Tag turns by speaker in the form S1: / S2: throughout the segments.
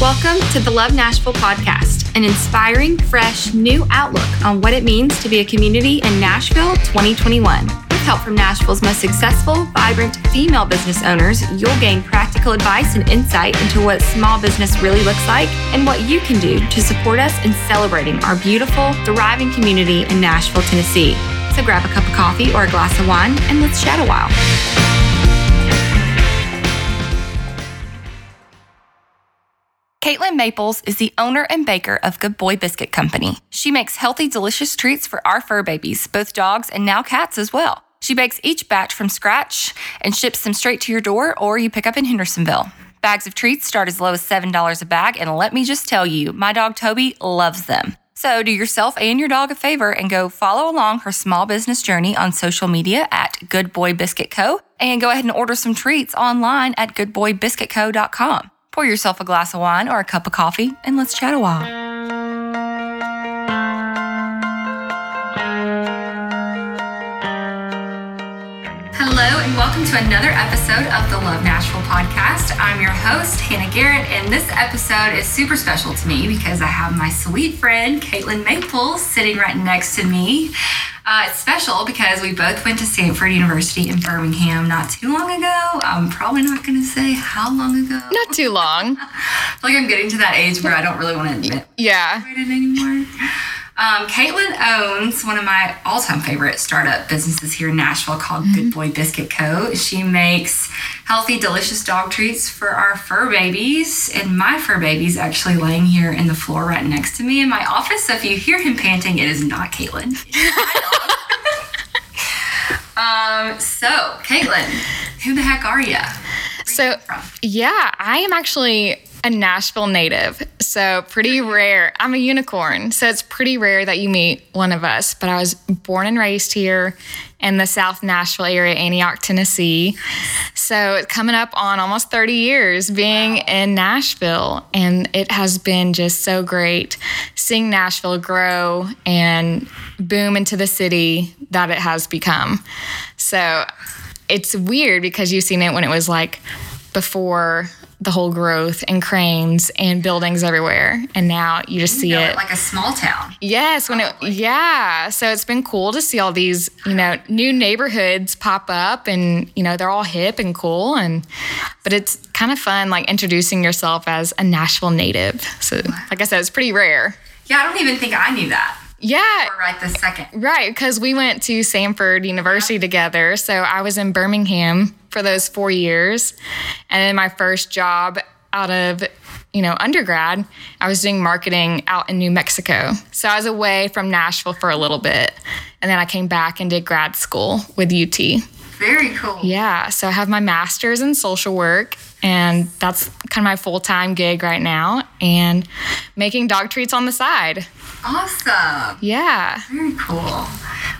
S1: Welcome to the Love Nashville podcast, an inspiring, fresh, new outlook on what it means to be a community in Nashville 2021. With help from Nashville's most successful, vibrant female business owners, you'll gain practical advice and insight into what small business really looks like and what you can do to support us in celebrating our beautiful, thriving community in Nashville, Tennessee. So grab a cup of coffee or a glass of wine and let's chat a while. Caitlin Maples is the owner and baker of Good Boy Biscuit Company. She makes healthy, delicious treats for our fur babies, both dogs and now cats as well. She bakes each batch from scratch and ships them straight to your door or you pick up in Hendersonville. Bags of treats start as low as $7 a bag, and let me just tell you, my dog Toby loves them. So do yourself and your dog a favor and go follow along her small business journey on social media at Good Boy Biscuit Co. and go ahead and order some treats online at goodboybiscuitco.com. Pour yourself a glass of wine or a cup of coffee and let's chat a while. Hello and welcome to another episode of the Love Nashville podcast. I'm your host, Hannah Garrett, and this episode is super special to me because I have my sweet friend, Caitlin Maples, sitting right next to me. Uh, it's special because we both went to Stanford University in Birmingham not too long ago. I'm probably not going to say how long ago.
S2: Not too long.
S1: like I'm getting to that age where I don't really want to admit
S2: Yeah.
S1: it anymore. Um, Caitlin owns one of my all-time favorite startup businesses here in Nashville called
S2: Mm-hmm.
S1: Good Boy Biscuit Co. She makes healthy, delicious dog treats for our fur babies, and my fur baby's actually laying here in the floor right next to me in my office. So if you hear him panting, it is not Caitlin. um, so Caitlin, who the heck are you?
S2: So, yeah, I am actually a Nashville native. So, pretty rare. I'm a unicorn. So, it's pretty rare that you meet one of us. But I was born and raised here in the South Nashville area, Antioch, Tennessee. So, it's coming up on almost 30 years being in Nashville. And it has been just so great seeing Nashville grow and boom into the city that it has become. So, it's weird because you've seen it when it was like before the whole growth and cranes and buildings everywhere and now you just see
S1: You know,
S2: it
S1: like a small town.
S2: yes when it yeah so it's been cool to see all these you know new neighborhoods pop up and you know they're all hip and cool and but it's kind of fun like introducing yourself as a nashville native so like i said it's pretty rare
S1: Yeah, I don't even think I knew that
S2: yeah
S1: right this second.
S2: Right, because we went to Sanford University together. So I was in Birmingham for those four years. And then my first job out of, you know, undergrad, I was doing marketing out in New Mexico. So I was away from Nashville for a little bit. And then I came back and did grad school with UT.
S1: Very cool.
S2: Yeah, so I have my master's in social work, and that's kind of my full time gig right now, and making dog treats on the side.
S1: Awesome.
S2: Yeah.
S1: Very cool.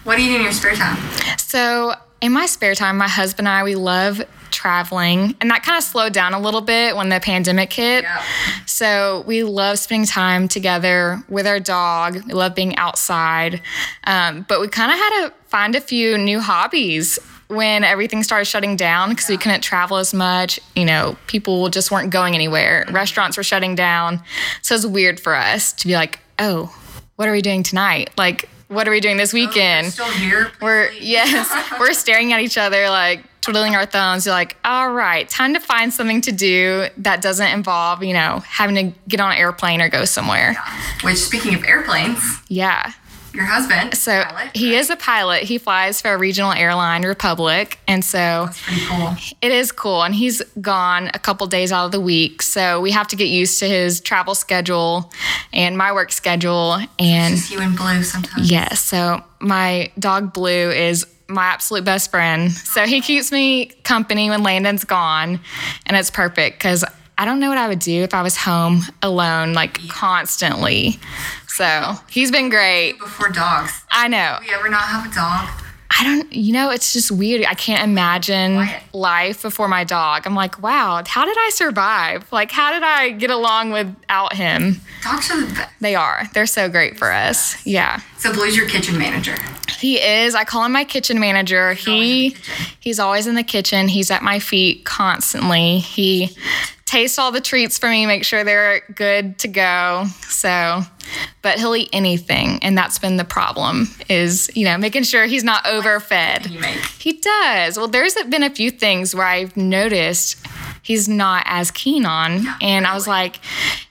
S1: What do you do in your spare time?
S2: So, in my spare time, my husband and I, we love traveling. And that kind of slowed down a little bit when the pandemic hit.
S1: Yeah.
S2: So, we love spending time together with our dog. We love being outside. Um, but we kind of had to find a few new hobbies when everything started shutting down because we couldn't travel as much. You know, people just weren't going anywhere, restaurants were shutting down. So, it's weird for us to be like, oh, what are we doing tonight? Like, what are we doing this weekend?
S1: Still here?
S2: We're yes, we're staring at each other like twiddling our thumbs. You're like, all right, time to find something to do that doesn't involve, you know, having to get on an airplane or go somewhere.
S1: Which, speaking of airplanes,
S2: Yeah.
S1: your husband,
S2: So
S1: pilot,
S2: he is a pilot. He flies for a regional airline, Republic, and so
S1: pretty cool.
S2: it is cool. And he's gone a couple days out of the week, so we have to get used to his travel schedule and my work schedule. And
S1: Just you and Blue sometimes.
S2: Yes. So my dog Blue is my absolute best friend. So he keeps me company when Landon's gone, and it's perfect because I don't know what I would do if I was home alone, like constantly. So he's been great.
S1: Before dogs.
S2: I know.
S1: Do you ever not have a dog?
S2: I don't, you know, it's just weird. I can't imagine
S1: Quiet.
S2: life before my dog. I'm like, wow, how did I survive? Like, how did I get along without him?
S1: Dogs are the best.
S2: They are. They're so great for us. Yeah.
S1: So Blue's your kitchen manager.
S2: He is. I call him my kitchen manager. he
S1: kitchen.
S2: he's always in the kitchen. He's at my feet constantly. He taste all the treats for me, make sure they're good to go. So, but he'll eat anything, and that's been the problem is you know making sure he's not overfed. He does. Well, there's been a few things where I've noticed he's not as keen on, and I was like,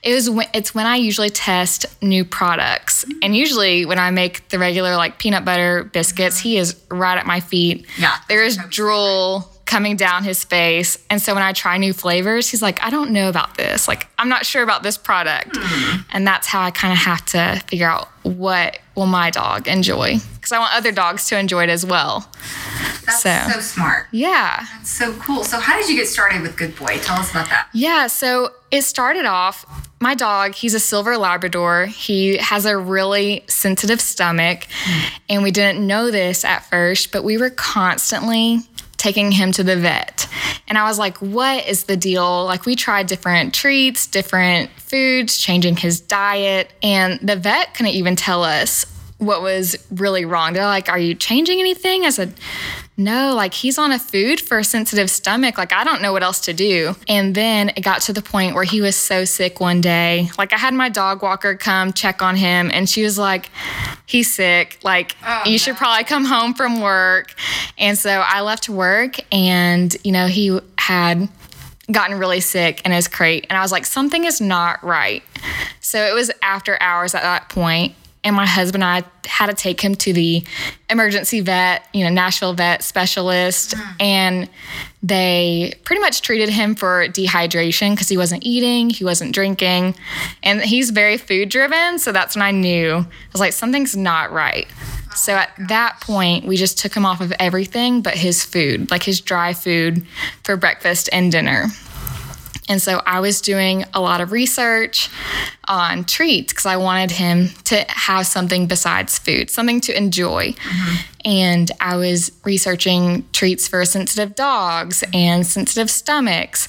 S2: it was when, it's when I usually test new products, and usually when I make the regular like peanut butter biscuits, he is right at my feet.
S1: Yeah.
S2: there is drool coming down his face. And so when I try new flavors, he's like, I don't know about this. Like, I'm not sure about this product. And that's how I kind of have to figure out what will my dog enjoy because I want other dogs to enjoy it as well.
S1: That's
S2: So.
S1: so smart.
S2: Yeah.
S1: That's so cool. So, how did you get started with Good Boy? Tell us about that.
S2: Yeah, so it started off my dog, he's a silver labrador. He has a really sensitive stomach, and we didn't know this at first, but we were constantly taking him to the vet. And I was like, "What is the deal?" Like we tried different treats, different foods, changing his diet, and the vet couldn't even tell us what was really wrong. They're like, Are you changing anything? I said, No, like he's on a food for a sensitive stomach. Like, I don't know what else to do. And then it got to the point where he was so sick one day. Like, I had my dog walker come check on him, and she was like, He's sick. Like, you should probably come home from work. And so I left work, and, you know, he had gotten really sick in his crate and I was like something is not right. So it was after hours at that point and my husband and I had to take him to the emergency vet, you know, Nashville vet specialist and they pretty much treated him for dehydration cuz he wasn't eating, he wasn't drinking and he's very food driven, so that's when I knew. I was like something's not right. So at that point, we just took him off of everything but his food, like his dry food for breakfast and dinner. And so I was doing a lot of research on treats because I wanted him to have something besides food, something to enjoy. And I was researching treats for sensitive dogs and sensitive stomachs.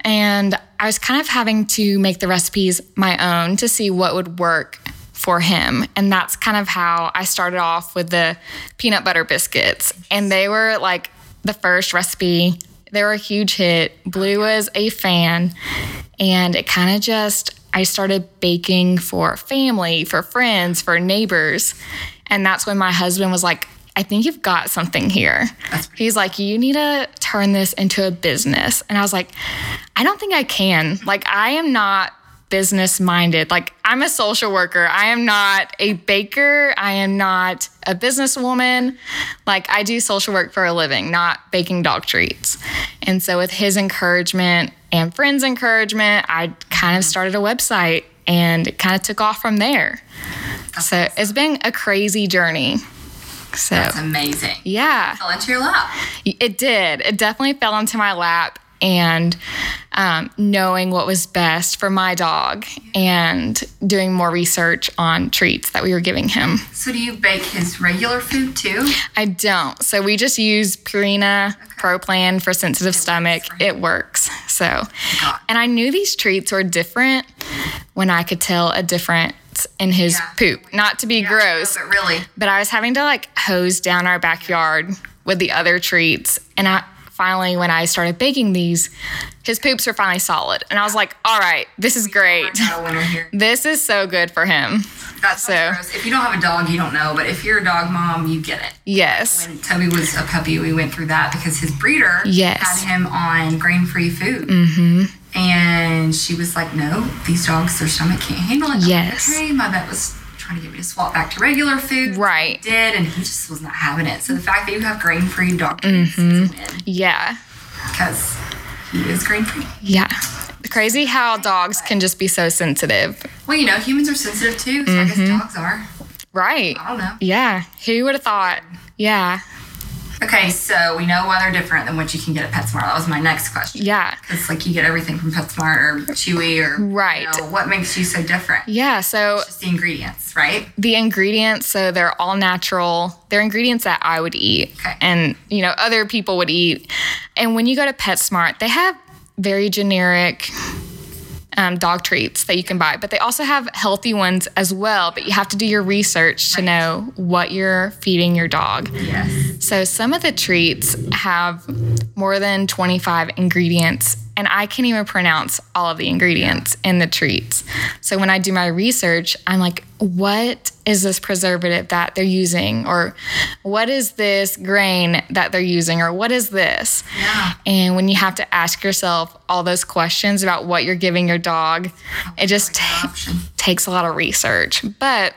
S2: And I was kind of having to make the recipes my own to see what would work for him. And that's kind of how I started off with the peanut butter biscuits. And they were like the first recipe they were a huge hit. Blue was a fan, and it kind of just I started baking for family, for friends, for neighbors, and that's when my husband was like, "I think you've got something here." He's like, "You need to turn this into a business," and I was like, "I don't think I can. Like, I am not." business minded. Like, I'm a social worker. I am not a baker. I am not a businesswoman. Like, I do social work for a living, not baking dog treats. And so, with his encouragement and friends' encouragement, I kind of started a website and it kind of took off from there. So, it's been a crazy journey. So,
S1: It's amazing.
S2: yeah.
S1: Fell into your lap.
S2: It did. It definitely fell into my lap and um, knowing what was best for my dog and doing more research on treats that we were giving him.
S1: So, do you bake his regular food too?
S2: I don't. So we just use Purina Pro Plan for sensitive stomach. It works. So, and I knew these treats were different when I could tell a difference in his poop. Not to be gross,
S1: But really,
S2: but I was having to like hose down our backyard with the other treats. And I finally, when I started baking these, his poops were finally solid. And I was like, all right, this is great.
S1: not a winner here.
S2: This is so good for him.
S1: That's so.
S2: So-
S1: gross. If you don't have a dog, you don't know. But if you're a dog mom, you get it.
S2: Yes.
S1: When Toby was a puppy, we went through that because his breeder
S2: Yes.
S1: had him on grain free food. Mm-hmm. And she was like, no, these dogs, their stomach can't handle it. I'm like,
S2: Yes.
S1: Okay, my vet was trying to get me to swap back to regular food.
S2: Right.
S1: Did, and he just was not having it. So the fact that you have grain free dog treats is
S2: Mm-hmm.
S1: a win
S2: Yeah.
S1: because he is grain free.
S2: Yeah. Crazy how dogs can just be so sensitive.
S1: Well, you know, humans are sensitive too, so I
S2: Mm-hmm.
S1: guess dogs are.
S2: Right.
S1: I don't know.
S2: Yeah. Who would have thought? Yeah.
S1: Okay, so we know why they're different than what you can get at PetSmart. That was my next question.
S2: Yeah.
S1: It's like you get everything from PetSmart or Chewy or you
S2: Right.
S1: know, what makes you so different?
S2: Yeah. So
S1: Just the ingredients, right?
S2: the ingredients so they're all natural they're ingredients that i would eat
S1: Okay.
S2: and you know other people would eat and when you go to petsmart they have very generic um, dog treats that you can buy but they also have healthy ones as well but you have to do your research to know what you're feeding your dog
S1: Yes.
S2: so some of the treats have more than 25 ingredients and I can't even pronounce all of the ingredients in the treats. So when I do my research, I'm like, what is this preservative that they're using? Or what is this grain that they're using? Or what is this?
S1: Yeah.
S2: And when you have to ask yourself all those questions about what you're giving your dog, it just ta-
S1: option.
S2: takes a lot of research. But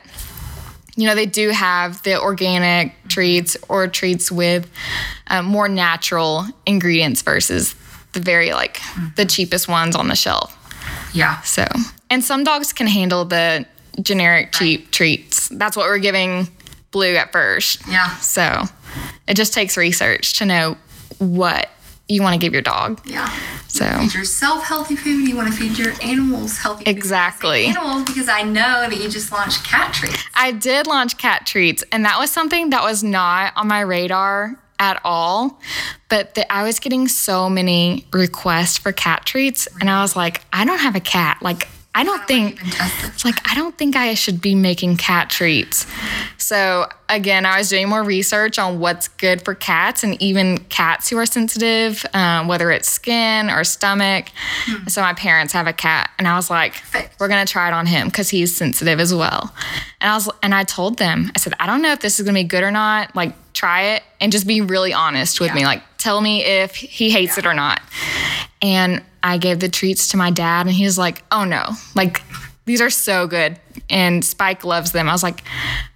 S2: you know, they do have the organic treats or treats with um, more natural ingredients versus the very like
S1: Mm-hmm.
S2: the cheapest ones on the shelf.
S1: Yeah.
S2: So, and some dogs can handle the generic cheap treats. That's what we're giving Blue at first.
S1: Yeah.
S2: So, it just takes research to know what you want to give your dog.
S1: Yeah.
S2: So,
S1: Feed yourself healthy food. You want to feed your animals healthy food.
S2: Exactly.
S1: I say Animals because I know that you just launched cat treats.
S2: I did launch cat treats, and that was something that was not on my radar at all. But the, I was getting so many requests for cat treats, and I was like, I don't have a cat. Like, I don't think.
S1: And tested.
S2: It's like, I don't think I should be making cat treats. So, again, I was doing more research on what's good for cats and even cats who are sensitive, um, whether it's skin or stomach. So, my parents have a cat, and I was like, we're going to try it on him because he's sensitive as well. And I was, and I told them, I said, I don't know if this is going to be good or not. Like, try it and just be really honest with me. Like, tell me if he hates it or not. And I gave the treats to my dad, and he was like, oh no, like, these are so good. And Spike loves them. I was like,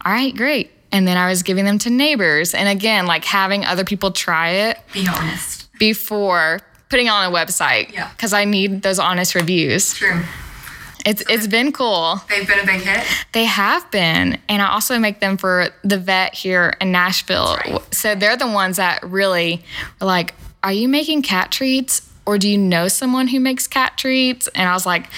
S2: all right, great. And then I was giving them to neighbors. And again, like having other people try it
S1: Be honest.
S2: before putting it on a website.
S1: Yeah.
S2: Cause I need those honest reviews.
S1: True.
S2: It's it's been cool.
S1: They've been a big hit.
S2: They have been. And I also make them for the vet here in Nashville. So they're the ones that really were like, Are you making cat treats? Or do you know someone who makes cat treats? And I was like,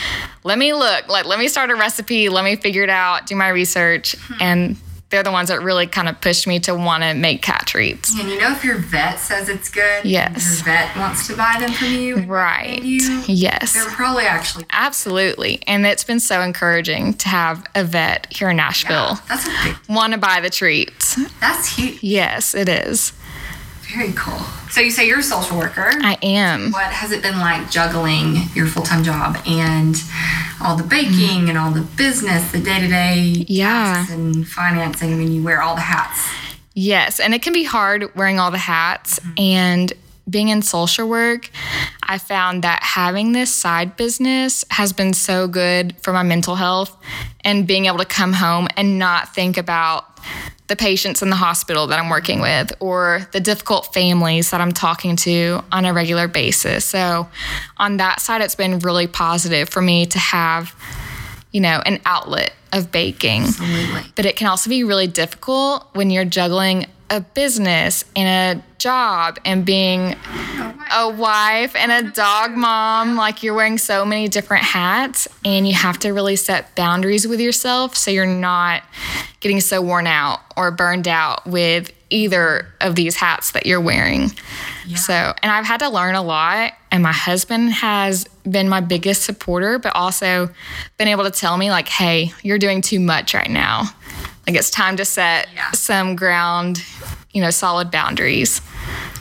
S2: Let me look. Like, let me start a recipe. Let me figure it out, do my research.
S1: Hmm.
S2: And they're the ones that really kind of pushed me to want to make cat treats.
S1: And you know if your vet says it's good.
S2: Yes.
S1: Your vet wants to buy them from you. and
S2: Right.
S1: you-
S2: Yes.
S1: They're probably actually.
S2: Absolutely. And it's been so encouraging to have a vet here in Nashville
S1: That's a big.
S2: want to buy the treats.
S1: That's huge.
S2: Yes, it is.
S1: Very cool. So you say you're a social worker.
S2: I am.
S1: What has it been like juggling your full time job and all the baking and all the business, the day to day
S2: Yeah.
S1: and financing? I mean, you wear all the hats.
S2: Yes, and it can be hard wearing all the hats and being in social work. I found that having this side business has been so good for my mental health and being able to come home and not think about the patients in the hospital that I'm working with or the difficult families that I'm talking to on a regular basis. So, on that side, it's been really positive for me to have, you know, an outlet of baking.
S1: Absolutely.
S2: But it can also be really difficult when you're juggling a business and a job and being a wife and a dog mom. Like you're wearing so many different hats and you have to really set boundaries with yourself so you're not getting so worn out or burned out with either of these hats that you're wearing. So, and I've had to learn a lot. And my husband has been my biggest supporter, but also been able to tell me, like, hey, you're doing too much right now. Like, it's time to set
S1: Yeah.
S2: some ground, you know, solid boundaries.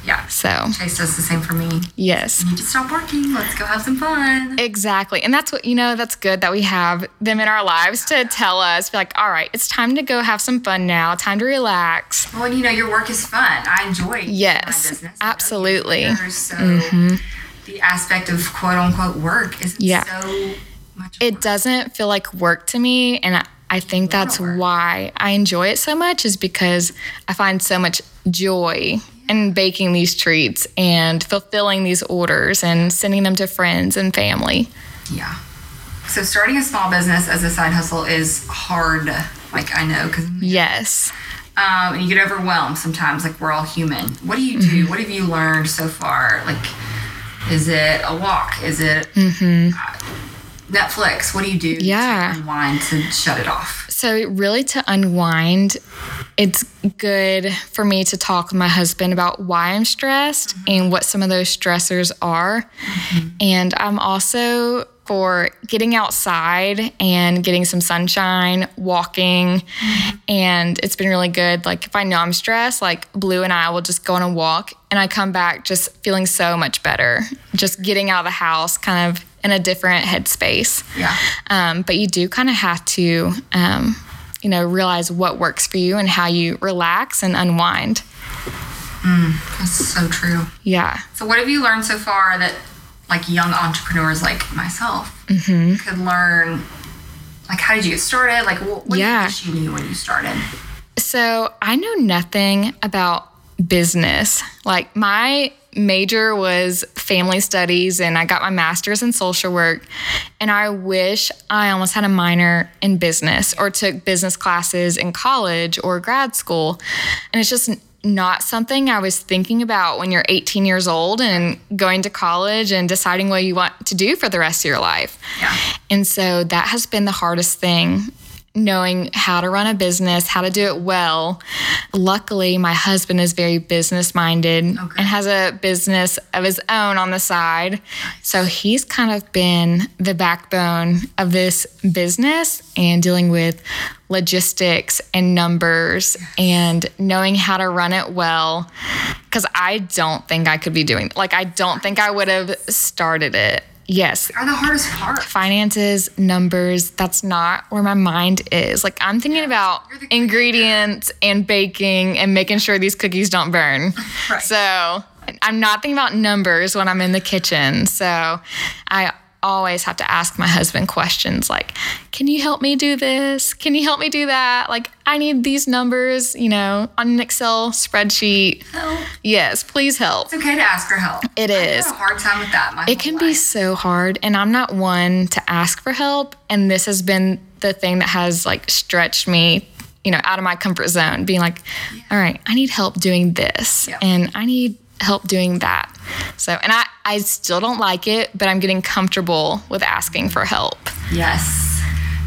S1: Yeah.
S2: So,
S1: Chase does the same for me.
S2: yes.
S1: Need to stop working. Let's go have some fun.
S2: Exactly. And that's what, you know, that's good that we have them in our lives to tell us, be like, all right, it's time to go have some fun now, time to relax.
S1: Well, and you know, your work is fun. I enjoy
S2: Yes,
S1: my business.
S2: absolutely. Mm-hmm.
S1: You know, you're So the aspect of quote unquote work is
S2: Yeah.
S1: so much.
S2: It doesn't feel like work to me. And I, I think that's why I enjoy it so much, is because I find so much joy in baking these treats and fulfilling these orders and sending them to friends and family.
S1: Yeah. So starting a small business as a side hustle is hard. Like I know, because
S2: Yes.
S1: um, and you get overwhelmed sometimes. Like we're all human. What do you do?
S2: Mm-hmm.
S1: What have you learned so far? Like, is it a walk? Is it uh, Netflix? What do you do?
S2: Mm-hmm. Yeah.
S1: to unwind to shut it off.
S2: So, really, to unwind, it's good for me to talk with my husband about why I'm stressed and what some of those stressors are. And I'm also for getting outside and getting some sunshine, walking. And it's been really good. Like, if I know I'm stressed, like Blue and I will just go on a walk and I come back just feeling so much better, just getting out of the house kind of in a different headspace.
S1: Yeah.
S2: Um, but you do kind of have to, um, you know, realize what works for you and how you relax and unwind.
S1: That's so true.
S2: Yeah.
S1: So, what have you learned so far that, like, young entrepreneurs like myself
S2: Mm-hmm.
S1: could learn? Like, how did you get started? Like, what, what
S2: Yeah.
S1: do you wish you knew when you started?
S2: So I know nothing about business. Like my major was family studies and I got my master's in social work. And I wish I almost had a minor in business or took business classes in college or grad school. And it's just not something I was thinking about when you're 18 years old and going to college and deciding what you want to do for the rest of your life.
S1: Yeah.
S2: And so that has been the hardest thing knowing how to run a business, how to do it well. Luckily, my husband is very business minded and has a business of his own on the side. So he's kind of been the backbone of this business and dealing with logistics and numbers and knowing how to run it well cuz I don't think I could be doing like I don't think I would have started it. Yes,
S1: Are the hardest part?
S2: finances, numbers, that's not where my mind is. Like I'm thinking about ingredients and baking and making sure these cookies don't burn. So I'm not thinking about numbers when I'm in the kitchen. So I always have to ask my husband questions like, can you help me do this? Can you help me do that? Like I need these numbers, you know, on an Excel spreadsheet.
S1: Help.
S2: Yes, please help.
S1: It's okay to ask for help.
S2: It
S1: I
S2: is.
S1: had a hard time with that. My
S2: It can be so hard, and I'm not one to ask for help. And this has been the thing that has like stretched me, you know, out of my comfort zone, being like, all right, I need help doing this,
S1: Yeah.
S2: and I need help doing that. So, and I, I still don't like it, but I'm getting comfortable with asking for help.
S1: Yes.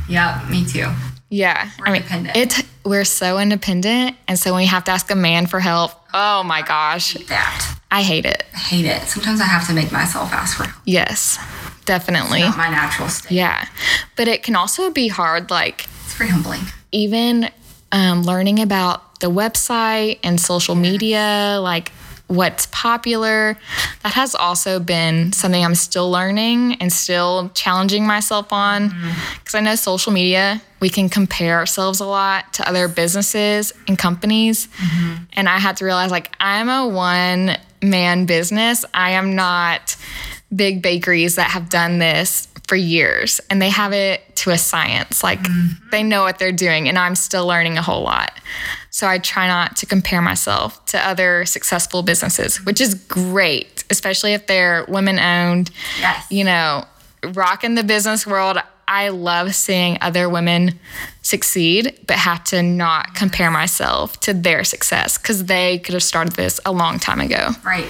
S1: Yeah, me too.
S2: Yeah.
S1: We're independent.
S2: It, we're so independent. And so when you have to ask a man for help, oh my gosh,
S1: That.
S2: I hate it.
S1: I hate it. Sometimes I have to make myself ask for help.
S2: Yes, definitely.
S1: Not my natural state.
S2: Yeah. But it can also be hard, like,
S1: It's very humbling.
S2: even um, learning about the website and social media, like what's popular, that has also been something I'm still learning and still challenging myself on. Because I know social media, we can compare ourselves a lot to other businesses and companies. And I had to realize, like, I'm a one man business, I am not big bakeries that have done this for years and they have it to a science. Like
S1: Mm-hmm.
S2: they know what they're doing, and I'm still learning a whole lot. So I try not to compare myself to other successful businesses,
S1: Mm-hmm.
S2: which is great, especially if they're women owned,
S1: Yes.
S2: you know, rocking the business world. I love seeing other women succeed, but have to not compare myself to their success because they could have started this a long time ago.
S1: Right.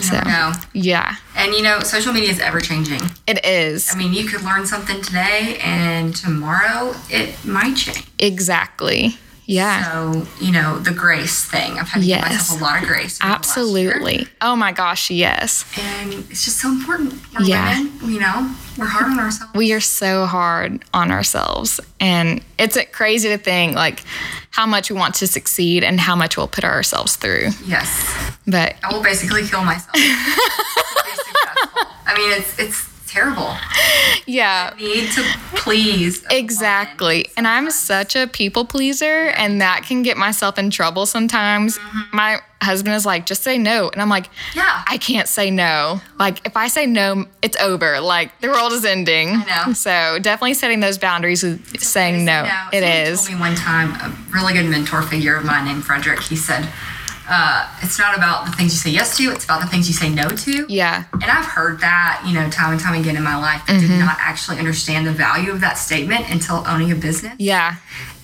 S1: You never know.
S2: Yeah,
S1: And you know, social media is ever changing.
S2: it is.
S1: I mean, you could learn something today and tomorrow it might change.
S2: Exactly. Yeah.
S1: So, you know, the grace thing. I've had to give
S2: Yes.
S1: myself a lot of grace. over the last year.
S2: Absolutely. Oh my gosh, yes.
S1: And it's just so important. We're
S2: Yeah.
S1: women, you know, we're hard on ourselves.
S2: We are so hard on ourselves. And it's crazy to think like how much we want to succeed and how much we'll put ourselves through.
S1: yes.
S2: But
S1: I will basically kill myself. to be successful. I mean, it's it's terrible.
S2: yeah,
S1: Need to please. a
S2: exactly. And I'm such a people pleaser, and that can get myself in trouble sometimes. My husband is like, just say no. And I'm like,
S1: Mm-hmm. Yeah.
S2: I can't say no. Like, if I say no, it's over. Like, the world is ending.
S1: I know.
S2: So, definitely setting those boundaries with saying no. It
S1: Someone
S2: is.
S1: Told me one time, a really good mentor figure of mine named Frederick. He said, uh, "It's not about the things you say yes to; it's about the things you say no to."
S2: Yeah.
S1: And I've heard that, you know, time and time again in my life. I
S2: Mm-hmm.
S1: did not actually understand the value of that statement until owning a business,
S2: Yeah.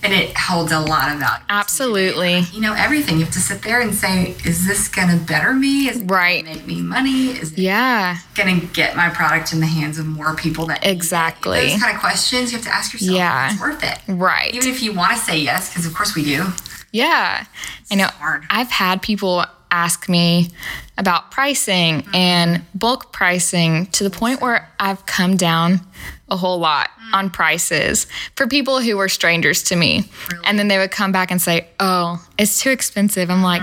S1: and it holds a lot of value.
S2: Absolutely.
S1: you know, everything. You have to sit there and say, "Is this going to better me? Is it
S2: Right.
S1: going to make me money? Is it
S2: Yeah.
S1: going to get my product in the hands of more people that need it?"
S2: Exactly.
S1: Those kind of questions you have to ask yourself.
S2: Yeah.
S1: It's worth it.
S2: Right.
S1: Even if you want to say yes, because of course we do.
S2: Yeah. I know.
S1: hard.
S2: I've had people ask me about pricing and bulk pricing to the point where I've come down a whole lot on prices for people who were strangers to me. And then they would come back and say, Oh, it's too expensive. I'm like,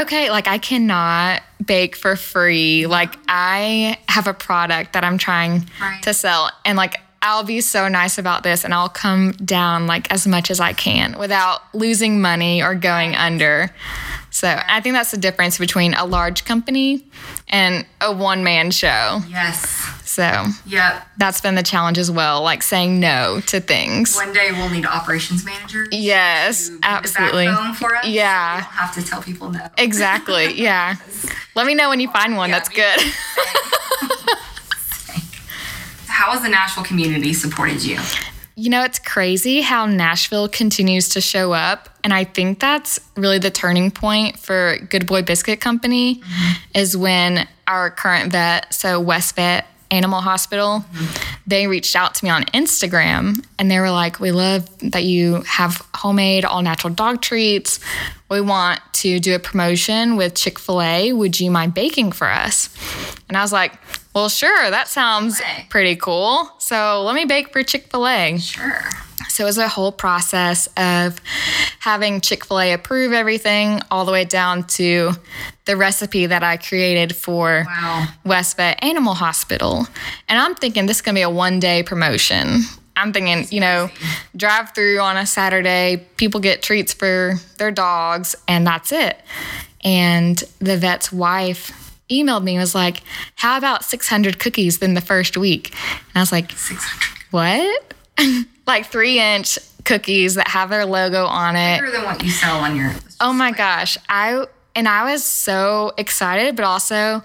S2: Okay, like I cannot bake for free. Like I have a product that I'm trying
S1: Right.
S2: to sell. And like, I'll be so nice about this and I'll come down like as much as I can without losing money or going under. So I think that's the difference between a large company and a one man show.
S1: Yes.
S2: So
S1: Yep.
S2: that's been the challenge as well, like saying no to things.
S1: One day we'll need operations managers.
S2: Yes,
S1: to be the
S2: absolutely.
S1: backbone for us. so we
S2: Yeah.
S1: don't have to tell people no.
S2: Exactly. Yeah. Let me know when you find one.
S1: Yeah,
S2: that's
S1: me
S2: good.
S1: How has the Nashville community supported you?
S2: You know, it's crazy how Nashville continues to show up. And I think that's really the turning point for Good Boy Biscuit Company is when our current vet, so West Vet Animal Hospital, they reached out to me on Instagram and they were like, We love that you have homemade, all natural dog treats. We want to do a promotion with Chick fil A. Would you mind baking for us? And I was like, Well, sure, that sounds
S1: Chick-fil-A.
S2: pretty cool. So let me bake for Chick fil A.
S1: Sure.
S2: So it was a whole process of having Chick fil A approve everything, all the way down to the recipe that I created for
S1: Wow.
S2: West Vet Animal Hospital. And I'm thinking this is going to be a one day promotion. I'm thinking, you know, drive through on a Saturday, people get treats for their dogs, and that's it. And the vet's wife emailed me and was like, How about 600 cookies in the first week? And I was like,
S1: 600.
S2: what? like three inch cookies that have their logo on it.
S1: Bigger than what you sell on your.
S2: Oh my gosh. I and I was so excited, but also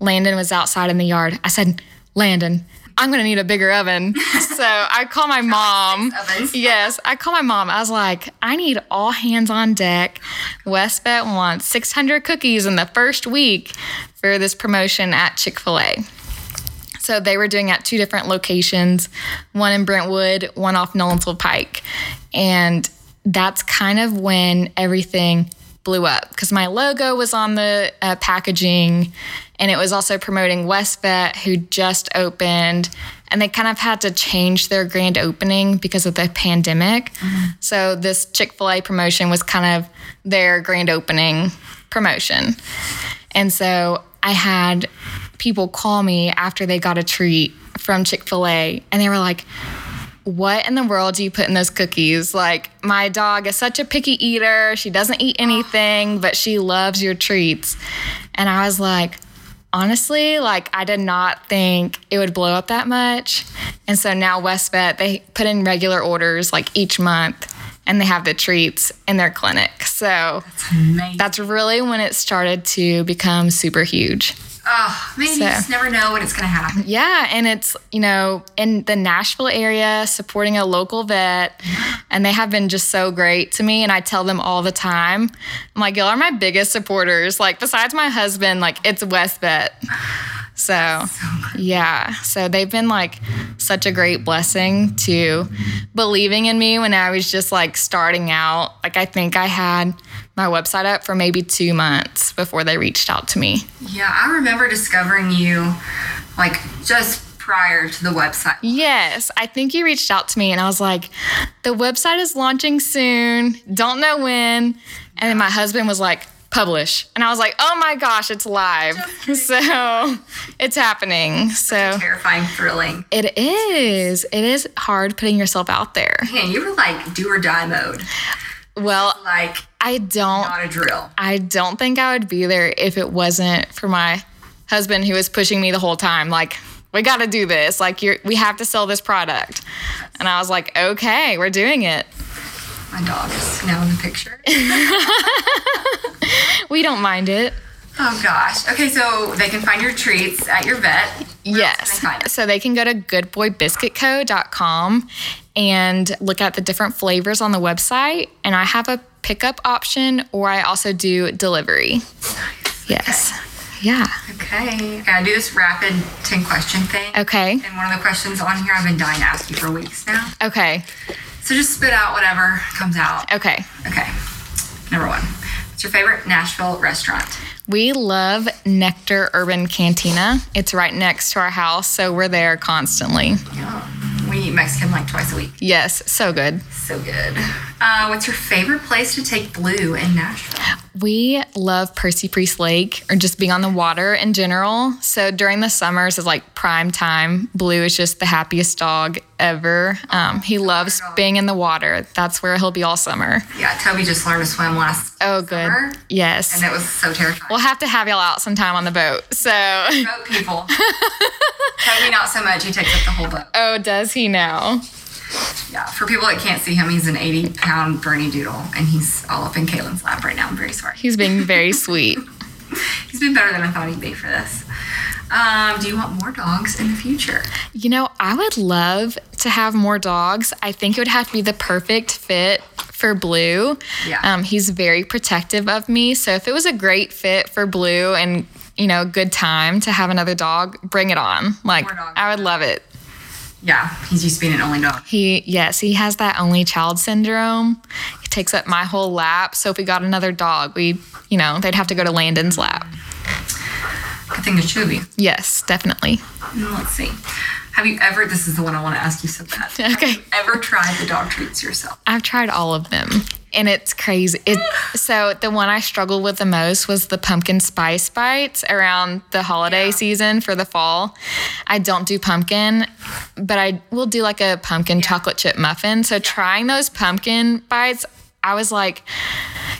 S2: Landon was outside in the yard. I said, Landon, I'm gonna need a bigger oven. so I call my mom.
S1: ovens.
S2: Yes, I call my mom. I was like, I need all hands on deck. West Bet wants 600 cookies in the first week for this promotion at Chick fil A. So they were doing at two different locations, one in Brentwood, one off Nolensville Pike. And that's kind of when everything blew up because my logo was on the uh, packaging and it was also promoting West Vet, who just opened. And they kind of had to change their grand opening because of the pandemic. So this Chick fil A promotion was kind of their grand opening promotion. And so I had people call me after they got a treat from Chick fil A and they were like, what in the world do you put in those cookies? Like, my dog is such a picky eater. She doesn't eat anything, but she loves your treats. And I was like, honestly, like, I did not think it would blow up that much. And so now West Vet, they put in regular orders like each month and they have the treats in their clinic. So
S1: Amazing.
S2: that's really when it started to become super huge.
S1: oh, man, you
S2: So-
S1: just never know when it's going to happen.
S2: Yeah, and it's, you know, in the Nashville area, supporting a local vet, and they have been just so great to me. And I tell them all the time, I'm like, y'all are my biggest supporters. Like, besides my husband, like, it's West Vet. So, yeah. So they've been like such a great blessing to believing in me when I was just like starting out. Like, I think I had my website up for maybe two months before they reached out to me.
S1: Yeah, I remember discovering you like just prior to the website.
S2: Yes, I think you reached out to me and I was like, the website is launching soon, don't know when. And then my husband was like, publish. And I was like, oh my gosh, it's live. So it's happening. So
S1: Terrifying, thrilling.
S2: it is. It is hard putting yourself out there.
S1: Man, you were like do or die mode.
S2: Well,
S1: Like,
S2: I don't
S1: not a drill.
S2: I don't think I would be there if it wasn't for my husband who was pushing me the whole time. Like, we got to do this. Like, you're, we have to sell this product. And I was like, okay, we're doing it.
S1: My dog is now in the picture.
S2: We don't mind it.
S1: Oh gosh. Okay, so they can find your treats at your vet. Where else
S2: yes.
S1: can they find it?
S2: So they can go to goodboybiscuitco.com and look at the different flavors on the website. And I have a pickup option, or I also do delivery. Yes. Yeah.
S1: Okay. Okay, I do this rapid ten question thing.
S2: Okay.
S1: And one of the questions on here I've been dying to ask you for weeks now.
S2: Okay.
S1: So just spit out whatever comes out.
S2: Okay.
S1: Okay. Number one. What's What's your favorite Nashville restaurant?
S2: We love Nectar Urban Cantina. It's right next to our house, so we're there constantly.
S1: Yeah. We eat Mexican like twice a week.
S2: Yes, so good.
S1: So good. Uh, what's your favorite place to take Blue in Nashville?
S2: We love Percy Priest Lake or just being on the water in general. So during the summers is like prime time. Blue is just the happiest dog ever. Um, he loves being in the water. That's where he'll be all summer.
S1: Yeah, Toby just learned to swim last
S2: Oh, good.
S1: summer,
S2: Yes.
S1: and it was so terrifying.
S2: We'll have to have y'all out sometime on the boat. So,
S1: boat people. Toby not so much. He takes up the whole boat.
S2: oh, does he now?
S1: Yeah. For people that can't see him, he's an 80 pound Bernie Doodle, and he's all up in Caitlin's lap right now. I'm very sorry.
S2: He's being very sweet.
S1: He's been better than I thought he'd be for this. Um, do you want more dogs in the future?
S2: You know, I would love to have more dogs. I think it would have to be the perfect fit for Blue.
S1: Yeah.
S2: Um, he's very protective of me. So if it was a great fit for Blue and, you know, good time to have another dog, bring it on. Like,
S1: More dogs.
S2: I would love it.
S1: Yeah, he's used to being an only dog.
S2: He, yes, he has that only child syndrome. He takes up my whole lap. So if we got another dog, we, you know, they'd have to go to Landon's lap.
S1: Good thing it's Toby.
S2: Yes, definitely.
S1: Mm, Let's see. Have you ever? This is the one I want to ask you so bad.
S2: Okay.
S1: Ever tried the dog treats yourself?
S2: I've tried all of them. And it's crazy. It so the one I struggled with the most was the pumpkin spice bites around the holiday season for the fall. I don't do pumpkin, but I will do like a pumpkin chocolate chip muffin. So trying those pumpkin bites, I was like,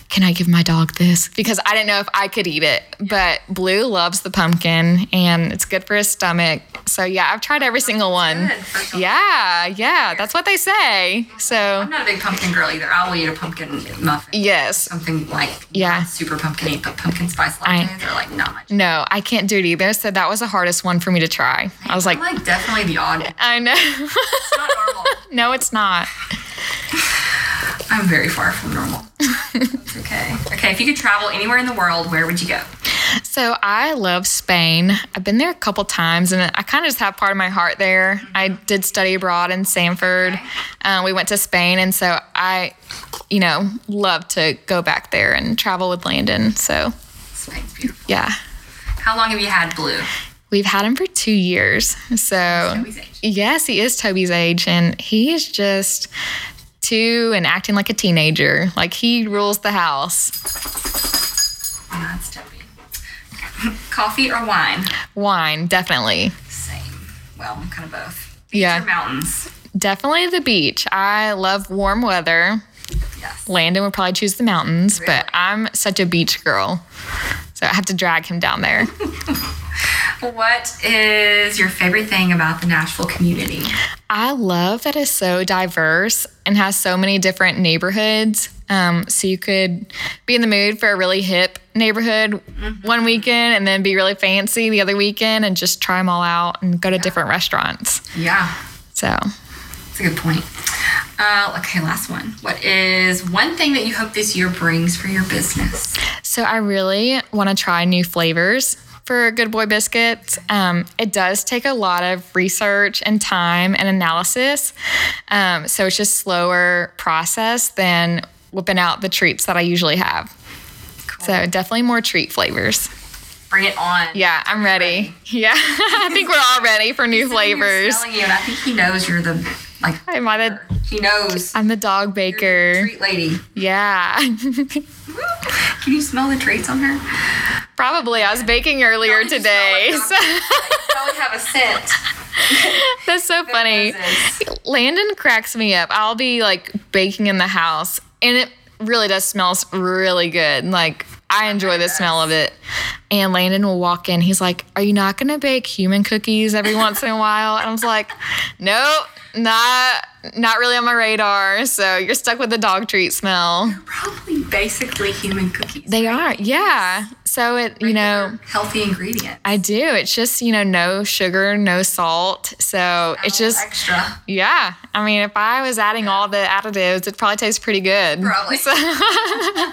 S2: can I give my dog this? Because I didn't know if I could eat it. But Blue loves the pumpkin and it's good for his stomach. So yeah, I've tried every single one.
S1: Good for dogs.
S2: Yeah, yeah, that's what they say. So
S1: I'm not a big pumpkin girl either. I will eat a pumpkin muffin.
S2: Yes.
S1: Something like
S2: Yeah.
S1: not super pumpkin but pumpkin spice
S2: I-
S1: lattes are like not much.
S2: No, I can't do it either. So that was the hardest one for me to try. I was like,
S1: I'm like definitely the odd. It's
S2: I know.
S1: not normal.
S2: no, it's not.
S1: I'm very far from normal. It's okay. Okay, if you could travel anywhere in the world, where would you go?
S2: So I love Spain. I've been there a couple times and I kind of just have part of my heart there. I did study abroad in Sanford. Uh, we went to Spain. And so I, you know, love to go back there and travel with Landon. So
S1: Spain's beautiful.
S2: yeah,
S1: How long have you had Blue?
S2: we've had him for two years. So.
S1: Toby's age.
S2: Yes, he is Toby's age, and he is just two and acting like a teenager. Like he rules the house.
S1: Oh, that's Toby. Coffee or wine?
S2: Wine, definitely.
S1: Same. Well, kind of both.
S2: Yeah.
S1: Beach or mountains.
S2: Definitely the beach. I love warm weather.
S1: Yes.
S2: Landon would probably choose the mountains,
S1: Really?
S2: but I'm such a beach girl. So I have to drag him down there.
S1: What is your favorite thing about the Nashville community?
S2: I love that it's so diverse and has so many different neighborhoods. Um, so you could be in the mood for a really hip neighborhood one weekend and then be really fancy the other weekend and just try them all out and go to different restaurants.
S1: Yeah,
S2: So
S1: that's a good point. Uh, okay, last one. What is one thing that you hope this year brings for your business?
S2: So I really want to try new flavors for Good Boy Biscuits. Um, it does take a lot of research and time and analysis. Um, so it's just slower process than whipping out the treats that I usually have. So definitely more treat flavors.
S1: Bring it on.
S2: Yeah, I'm ready. Yeah, I think we're all ready for new
S1: He's
S2: flavors.
S1: telling you, and I think he knows you're the like.
S2: Am I the,
S1: He knows.
S2: I'm the dog
S1: You're the
S2: baker.
S1: Treat lady.
S2: Yeah,
S1: Can you smell the treats on her?
S2: probably. I was baking earlier
S1: Probably smell like
S2: today.
S1: dog
S2: So
S1: Probably have a scent.
S2: that's so funny.
S1: Presents.
S2: Landon cracks me up. I'll be like baking in the house, and it really does smells really good. Like I enjoy the smell of it. And Landon will walk in. He's like, "Are you not gonna bake human cookies every once in a while?" And I was like, "Nope, not not really on my radar." So you're stuck with the dog treat smell.
S1: Probably basically human cookies.
S2: They are, yeah. So it, you know.
S1: healthy ingredient.
S2: I do. It's just, you know, no sugar, no salt. So it's just,
S1: extra.
S2: yeah. I mean, if I was adding all the additives, it probably tastes pretty good.
S1: Probably. well,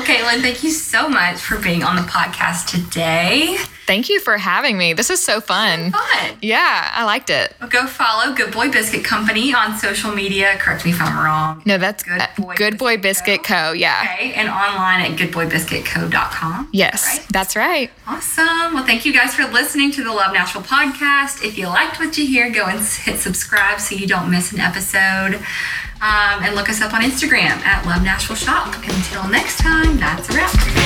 S1: Caitlin, thank you so much for being on the podcast today.
S2: Thank you for having me. This is so fun.
S1: Fun.
S2: Yeah, I liked it.
S1: Go follow Good Boy Biscuit Company on social media. Correct me if I'm wrong.
S2: No, that's
S1: Good
S2: Good
S1: Boy
S2: Boy, Good Boy Biscuit,
S1: Biscuit
S2: Co. Yeah.
S1: Okay, and online at goodboybiscuitco.com.
S2: Yes,
S1: Right?
S2: that's right.
S1: Awesome. Well, thank you guys for listening to the Love Nashville podcast. If you liked what you hear, go and s- hit subscribe so you don't miss an episode. Um, and look us up on Instagram at Love Nashville Shop. Until next time, that's a wrap.